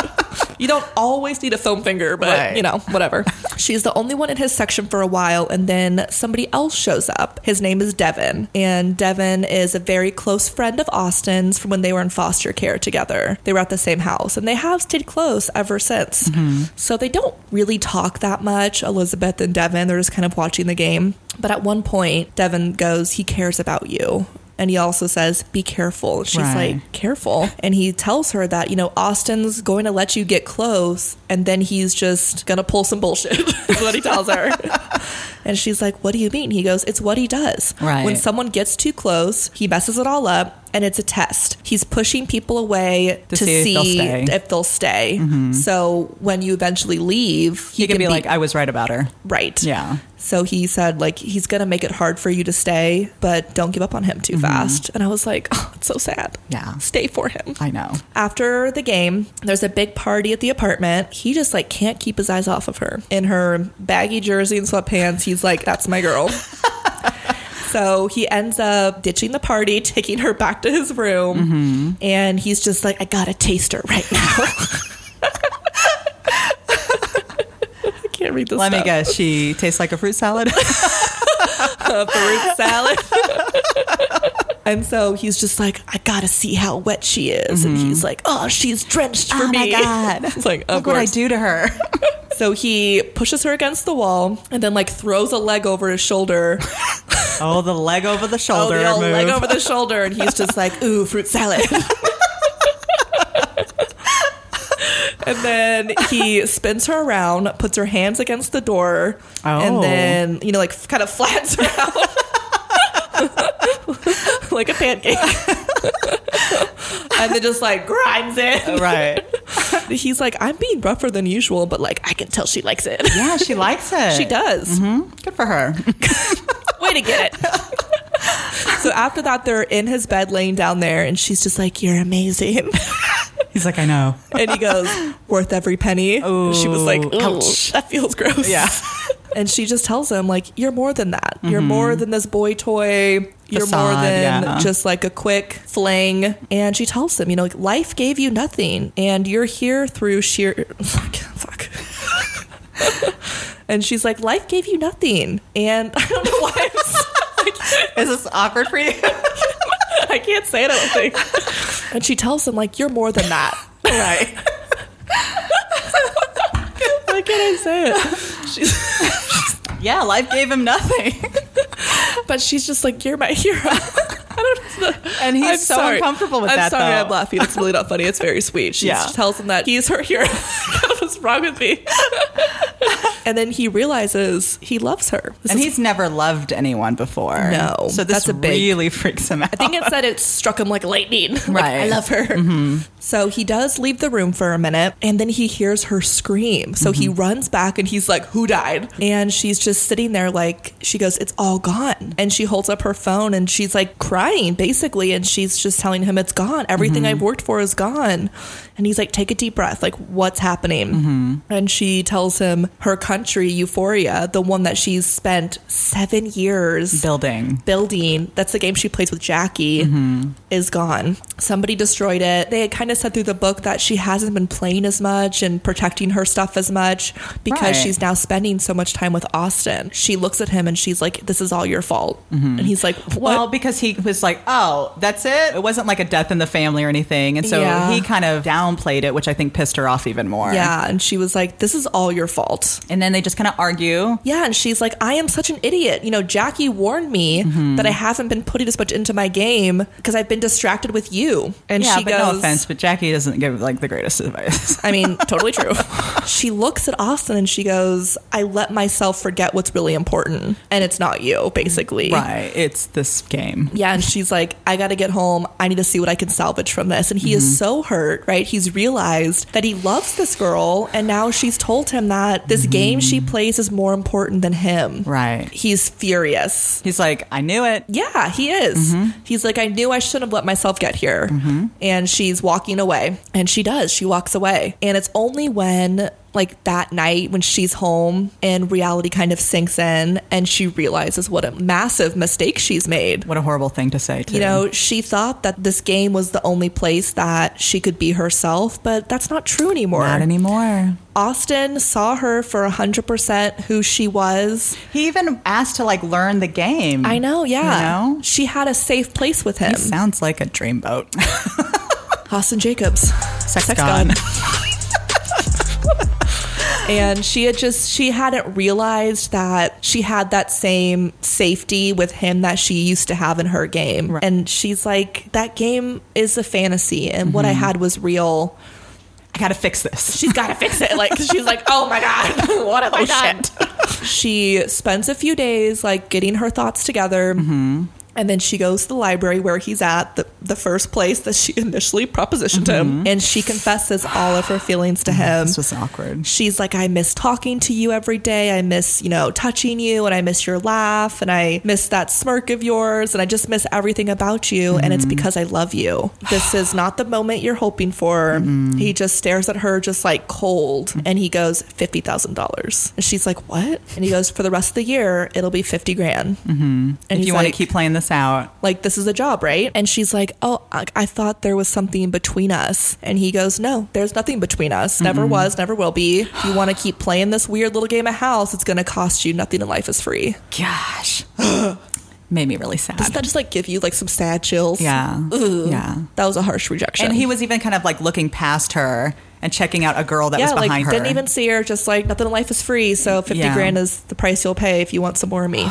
B: You don't always need a foam finger, but
A: Right.
B: you know whatever. She's the only one in his section for a while, and then somebody else shows up. His name is Devin, and Devin is a very close friend of Austin's from when they were in foster care together. They were at the same house, and they have stayed close ever since. So they don't really talk that much. Elizabeth and Devin, they're just kind of watching the game. But at one point, Devin goes, "He cares about you." And he also says, be careful. She's
A: Right.
B: like, careful. And he tells her that, you know, Austin's going to let you get close and then he's just going to pull some bullshit, *laughs* is what he
A: *laughs*
B: tells her. and she's like, what do you mean? He goes, it's what he does.
A: Right.
B: When someone gets too close, he messes it all up and it's a test. He's pushing people away
A: To
B: to,
A: see if
B: see
A: they'll stay. Mm-hmm.
B: if they'll stay. So when you eventually leave,
A: *laughs*
B: he,
A: He could be, like, I was right about her.
B: right.
A: *laughs* Yeah.
B: So he said, like, he's going to make it hard for you to stay, but don't give up on him too fast. And I was like, *laughs* oh, it's so sad.
A: Mm-hmm. Yeah.
B: Stay for him.
A: I know.
B: After the game, there's a big party at the apartment. He just, like, can't keep his eyes off of her. In her baggy jersey and sweatpants, he's like, that's my girl.
A: *laughs*
B: So he ends up ditching the party, *laughs* taking her back to his room,
A: Mm-hmm.
B: and he's just like, I gotta taste her right
A: *laughs*
B: now. *laughs* I can't read this.
A: Let me
B: stuff.
A: guess. She tastes like a fruit salad.
B: a fruit salad.
A: *laughs*
B: and so he's just like, I gotta see how wet she is. And he's like, Oh, she's drenched for
A: Mm-hmm. Oh my
B: me.
A: God.
B: *laughs* it's like,
A: *laughs*
B: of
A: Look what I
B: course.
A: do to her.
B: So he pushes her against the wall and then like throws a leg over his shoulder.
A: *laughs* Oh, the leg over the shoulder.
B: oh, the old
A: move.
B: leg over the shoulder, and he's just like, Ooh, fruit *laughs* salad. And then he spins her around, puts her hands against the door,
A: Oh.
B: and then, you know, like kind of flattens her out *laughs* like a pancake. *laughs* and then just like grinds it.
A: Right.
B: He's like, I'm being rougher than usual, but like, I can tell she likes it.
A: *laughs*
B: *laughs*
A: Yeah, she likes it.
B: She does.
A: Good for *laughs* her.
B: Way to get it. *laughs* so after that, they're in his bed laying down there, and she's just like, You're amazing. *laughs*
A: He's like, I know.
B: And he goes, worth every penny. she was like,
A: Ooh,
B: "Ooh,
A: ouch."
B: that feels gross. *laughs*
A: Yeah.
B: And she just tells him, like, you're more than that. You're more than this boy toy. You're more
A: Facade,
B: than
A: yeah.
B: just like a quick fling. And she tells him, you know, like, life gave you nothing. And you're here through sheer. *laughs* Fuck. *laughs* and she's like, life gave you nothing. And *laughs* I don't know why I'm so-
A: Is this awkward for you?
B: *laughs* I can't say it, I don't think. And she tells him, like, you're more than that.
A: *laughs* right.
B: Why can't I say it?
A: Yeah, life gave him *laughs* nothing.
B: *laughs* but she's just like, "You're my hero." I don't know.
A: And he's
B: I'm
A: so
B: sorry.
A: uncomfortable with
B: I'm
A: that,
B: sorry,
A: though.
B: I'm laughing. It's really not funny. It's very sweet. She
A: Yeah.
B: just tells him that he's her hero. *laughs* God, What's wrong
A: *laughs*
B: with me? and then he realizes he loves her. This
A: And
B: is-
A: he's never loved anyone before.
B: No,
A: So this
B: that's a big-
A: really freaks him out.
B: I think it said it struck him like lightning. *laughs* Like,
A: Right.
B: I love her. So he does leave the room for a minute and then he hears her scream. So he runs back and he's like, Who died? And she's just sitting there like, She goes, It's all gone. And she holds up her phone and she's like crying basically. And she's just telling him, It's gone. Everything I've worked for is gone. And he's like, Take a deep breath. Like, what's happening? And she tells him her country, Euphoria, the one that she's spent seven years
A: building.
B: building that's the game she plays with Jackie
A: Mm-hmm.
B: is gone. Somebody destroyed it. They had kind of said through the book that she hasn't been playing as much and protecting her stuff as much because
A: Right.
B: she's now spending so much time with Austin. She looks at him and she's like, "This is all your fault." And he's like, "What?"
A: Mm-hmm. Well, because he was like, "Oh, that's it." It wasn't like a death in the family or anything, and so
B: Yeah.
A: he kind of downplayed it, which I think pissed her off even more.
B: yeah, and she was like, "This is all your fault."
A: And and then they just kind of argue.
B: Yeah, and she's like, I am such an idiot. You know, Jackie warned me
A: Mm-hmm.
B: that I haven't been putting as much into my game because I've been distracted with you. And
A: yeah,
B: she
A: but
B: goes,
A: no offense, but Jackie doesn't give like the greatest *laughs* advice.
B: I mean, totally true. *laughs* she looks at Austin and she goes, I let myself forget what's really important. And it's not you, basically.
A: right? It's this game.
B: Yeah, and she's like, I gotta get home. I need to see what I can salvage from this. And he is so hurt, right? He's realized that he loves this girl, and now she's told him that this game she plays is more important than him.
A: Right.
B: He's furious.
A: He's like, I knew it.
B: Yeah, he is.
A: Mm-hmm.
B: He's like, I knew I shouldn't have let myself get here. And she's walking away. And she does. She walks away. And it's only when, like, that night when she's home and reality kind of sinks in and she realizes what a massive mistake she's made.
A: What a horrible thing to say. Too.
B: You know, she thought that this game was the only place that she could be herself, but that's not true anymore.
A: not anymore.
B: Austin saw her for 100% who she was.
A: He even asked to like learn the game.
B: I know, yeah.
A: Mm. You know?
B: She had a safe place with him.
A: He sounds like a dreamboat.
B: Austin Jacobs.
A: *laughs* Sex,
B: Sex
A: god.
B: god. and she had just she hadn't realized that she had that same safety with him that she used to have in her game
A: Right.
B: and she's like that game is a fantasy and what i had was real
A: *laughs* I gotta fix this.
B: Mm-hmm. she's got to fix it. Like she's like, oh my *laughs* god, what have I done? Oh, She spends a few days like getting her thoughts together. And then she goes to the library where he's at, the, the first place that she *laughs* initially propositioned him. And she confesses all of her feelings to him.
A: This was awkward.
B: She's like, I miss talking to you every day. I miss, you know, touching you and I miss your laugh and I miss that smirk of yours and I just miss everything about you. And
A: Mm-hmm.
B: it's because I love you.
A: *sighs*
B: This is not the moment you're hoping for.
A: Mm-hmm.
B: He just stares at her, just like cold, and he goes, $50,000. And she's like, What? And he goes, For the rest of the year, it'll be 50 grand. Mm-hmm. And
A: If
B: he's
A: you want
B: like-
A: to keep playing this out,
B: like this is a job right and she's like oh I, I thought there was something between us and he goes no there's nothing between us never was never will be If you want to keep playing this weird little game of house it's going to cost you nothing and life is free
A: gosh, *gasps* made me really sad.
B: does that just like give you like some sad chills
A: yeah,
B: Ooh.
A: yeah.
B: that was a harsh rejection
A: And he was even kind of like looking past her and checking out a girl that was
B: yeah
A: behind
B: like
A: her.
B: didn't even see her just like nothing in life is free so 50
A: Yeah.
B: grand is the price you'll pay if you want some more of me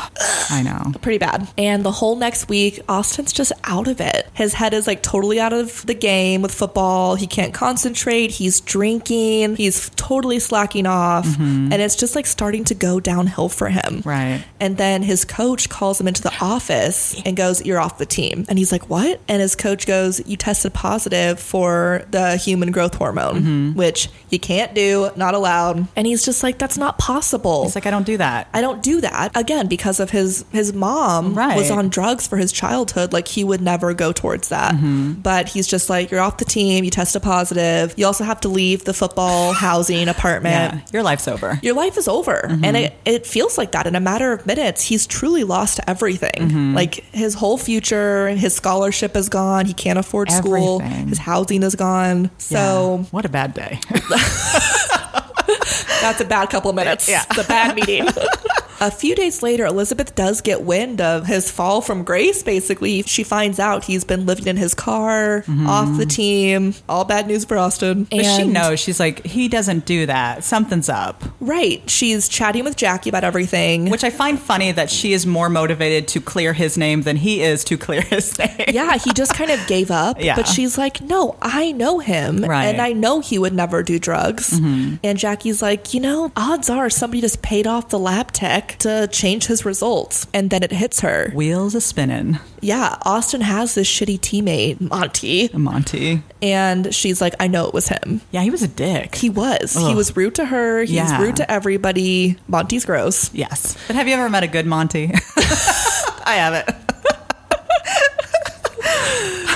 A: I *gasps* know.
B: pretty bad. And the whole next week, Austin's just out of it. His head is like totally out of the game with football. He can't concentrate. He's drinking. He's totally slacking off. And it's just like starting to go downhill for him.
A: Right.
B: And then his coach calls him into the office and goes, You're off the team. And he's like, What? And his coach goes, You tested positive for the human growth hormone, which you can't do, not allowed. And he's just like, That's not possible.
A: It's like I don't do that.
B: I don't do that again because of his his mom
A: Right.
B: was on drugs for his childhood. Like he would never go towards that.
A: Mm-hmm.
B: But he's just like, you're off the team. You tested positive. You also have to leave
A: *sighs*
B: the football housing apartment.
A: Yeah, Mm-hmm. your life's over.
B: Your life is over. And it, it feels like that. In a matter of minutes, he's truly lost everything.
A: Mm-hmm.
B: Like his whole future, his scholarship is gone. He can't afford school.
A: Everything.
B: His housing is gone. So
A: Yeah. what a bad day. *laughs*
B: That's a bad couple of minutes.
A: Yeah.
B: It's a bad meeting. *laughs* a few days later, Elizabeth does get wind of his fall from grace, basically. She finds out he's been living in his car, off the team. All bad news for Austin.
A: But she
B: Mm-hmm. And-
A: knows. She's like, he doesn't do that. Something's up.
B: Right. She's chatting with Jackie about everything.
A: Which I find funny that she is more motivated to clear his name than he is to clear *laughs* his name.
B: yeah, he just kind of gave up.
A: Yeah.
B: But she's like, no, I know him.
A: Right.
B: And I know he would never do drugs. And Jackie's like, you know, odds are somebody just paid off the lab tech to change his results. And then it hits her.
A: Wheels a spinning,
B: yeah, Austin has this shitty teammate, Monty,
A: Monty.
B: and she's like, I know it was him.
A: Yeah, he was a dick.
B: He was. He
A: Ugh.
B: was rude to her. He
A: Yeah.
B: was rude to everybody. Monty's gross. *laughs*
A: yes. But have you ever met a good Monty? *laughs* I haven't.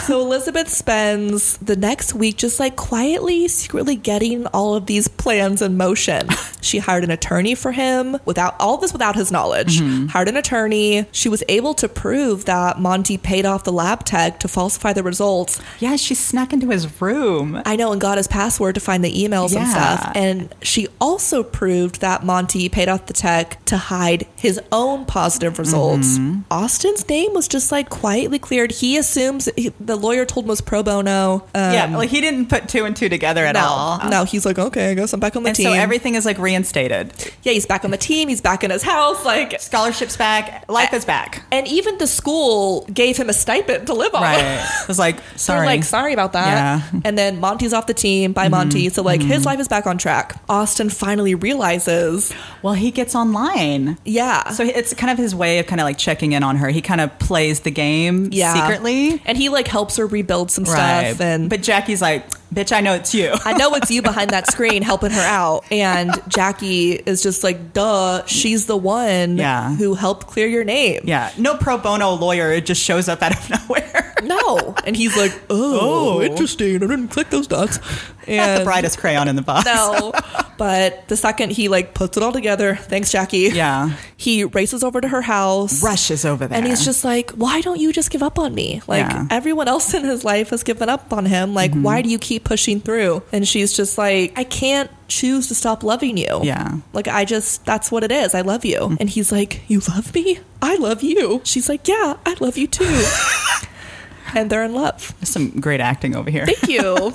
B: So Elizabeth spends the next week just like quietly, secretly getting all of these plans in
A: *laughs*
B: motion. She hired an attorney for him without all this without his knowledge.
A: Mm-hmm.
B: Hired an attorney. She was able to prove that Monty paid off the lab tech to falsify the results
A: Yeah, she snuck into his room.
B: I know, and got his password to find the emails and
A: Yeah.
B: stuff. And she also proved that Monty paid off the tech to hide his
A: Mm-hmm.
B: own positive results. Austin's name was just like quietly cleared. He assumes he, the lawyer told him was pro bono. Um,
A: yeah, like he didn't put two and two together at
B: no,
A: all.
B: No, he's like, okay, I guess I'm back on the
A: And
B: team.
A: so everything is like reinstated.
B: yeah, he's back on the team. He's back in his house. Like,
A: Scholarships back. Life is back.
B: and even the school gave him a stipend to live on. *laughs*
A: Right. It's like
B: Oh. They're
A: sorry.
B: like, sorry about that.
A: Yeah. Mm-hmm.
B: And then Monty's off the team by Monty. So, like, his life is back on track. Austin finally realizes,
A: well, he gets online.
B: yeah.
A: So it's kind of his way of kind of like checking in on her. He kind of plays the game secretly.
B: And he, like, helps her rebuild some stuff. And
A: but Jackie's like, bitch, I know it's you.
B: I know it's you behind that screen helping her out. And Jackie is just like, duh, she's the one
A: Yeah.
B: who helped clear your name.
A: *laughs* yeah. No pro bono lawyer. It just shows up out of *laughs* nowhere.
B: No. And he's like, *laughs* oh,
A: Oh.
B: interesting. I didn't click those *laughs* dots.
A: Not the
B: And
A: brightest crayon in the box.
B: no. But the second he like puts it all together, thanks, Jackie.
A: Yeah.
B: He races over to her house.
A: Rushes over there.
B: And he's just like, why don't you just give up on me? Like,
A: Yeah. Mm-hmm.
B: everyone else in his life has given up on him. Like, why do you keep pushing through? And she's just like, I can't choose to stop loving you.
A: Yeah. Mm.
B: Like, I just, that's what it is. I love you. And he's like, You love me? I love you. She's like, Yeah, I love you too.
A: *laughs*
B: and they're in love.
A: some great acting over here. *laughs*
B: Thank you.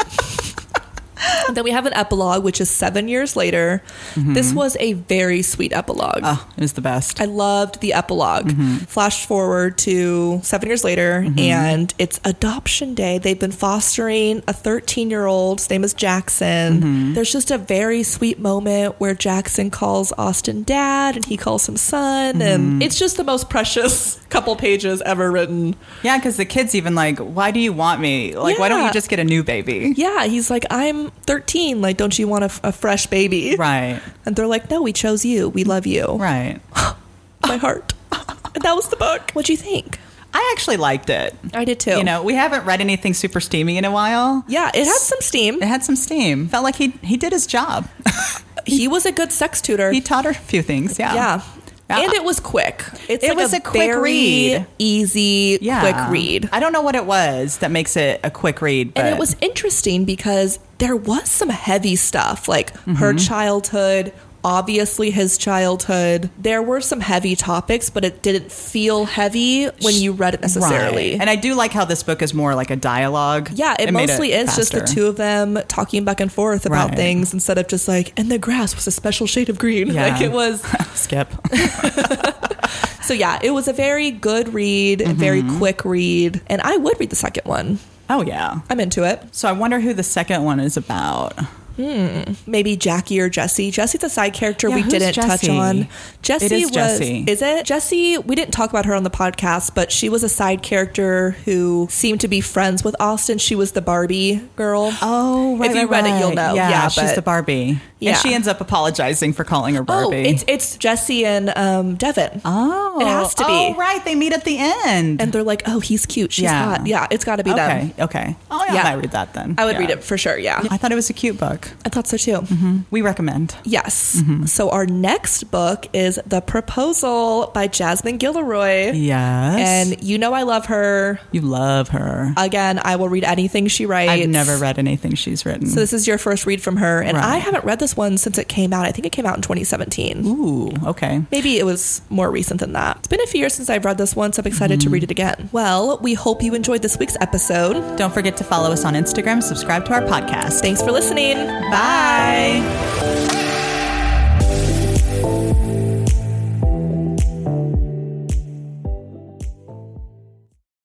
B: And then we have an epilogue, which is seven years later.
A: Mm-hmm.
B: This was a very sweet epilogue.
A: Oh, it was the best.
B: I loved the epilog
A: Mm-hmm.
B: Flash forward to seven years later, and it's adoption day. They've been fostering a 13 year old. His name is Jackson.
A: Mm-hmm.
B: There's just a very sweet moment where Jackson calls Austin dad and he calls him son.
A: Mm-hmm.
B: And it's just the most precious *laughs* couple pages ever written.
A: Yeah, because the kid's even like, why do you want me? Like, why don't
B: Yeah.
A: you just get a new
B: *laughs*
A: baby?
B: Yeah, he's like, I'm 13. Like, don't you want a, f- a fresh baby?
A: Right,
B: And they're like, no, we chose you. We love you.
A: right.
B: My heart. *laughs* and that was the book. What'd you think?
A: I actually liked it.
B: I did too.
A: You know, we haven't read anything super steamy in a while.
B: Yeah, it had some steam.
A: It had some steam. Felt like he he did his job.
B: He was a good sex tutor.
A: he taught her a few things. Yeah.
B: yeah.
A: Yeah.
B: And it was quick. It's
A: It
B: like
A: was a quick
B: very
A: read.
B: easy,
A: Yeah.
B: quick read.
A: I don't know what it was that makes it a quick read, but
B: And it was interesting because there was some heavy stuff, like
A: Mm-hmm.
B: her childhood, obviously his childhood. There were some heavy topics, but it didn't feel heavy when you read it necessarily.
A: Right. And I do like how this book is more like a dialogue.
B: Yeah, it,
A: made
B: mostly is just the
A: faster.
B: two of them talking back and forth about
A: Right.
B: things instead of just like, and the grass was a special shade of green. *laughs*
A: Yeah.
B: Like it was.
A: *laughs* Skip.
B: So yeah, it was a very good read,
A: Mm-hmm.
B: a very quick read, and I would read the second one.
A: Oh yeah.
B: I'm into it.
A: So I wonder who the second one is about.
B: Maybe Jackie or Jesse. Jesse's a side character
A: Yeah,
B: we
A: who's
B: didn't touch
A: Jessie?
B: on. Jesse
A: It is
B: was
A: Jessie.
B: is it Jesse? We didn't talk about her on the podcast, but she was a side character who seemed to be friends with Austin. She was the Barbie girl.
A: Oh,
B: If you read it, you'll know.
A: Yeah,
B: Yeah,
A: she's
B: but-
A: the Barbie.
B: Yeah.
A: And she ends up apologizing for calling her
B: Oh,
A: Barbie.
B: it's it's Jesse and um, Devin.
A: Oh,
B: It has to be.
A: Oh, right. They meet at the end.
B: and they're like, "Oh, he's cute. She's
A: Yeah.
B: hot. Yeah, it's got to be them."
A: okay. Okay. Oh, yeah.
B: Yeah.
A: I read that then.
B: I would
A: Yeah. Mm-hmm.
B: read it for sure. Yeah,
A: I thought it was a cute book.
B: I thought so too.
A: We recommend.
B: Yes.
A: Mm-hmm.
B: So our next book is The Proposal by Jasmine Gilroy.
A: Yes.
B: And you know I love her.
A: you love her.
B: Again, I will read anything she writes.
A: I've never read anything she's written.
B: So this is your first read from her, and I
A: Right.
B: haven't read this one since it came out. I think it came out in 2017.
A: Ooh, okay.
B: Maybe it was more recent than that. It's been a few years since I've read this one, so I'm excited
A: Mm-hmm.
B: to read it again. Well, we hope you enjoyed this week's episode.
A: Don't forget to follow us on Instagram, subscribe to our podcast.
B: Thanks for listening.
A: Bye.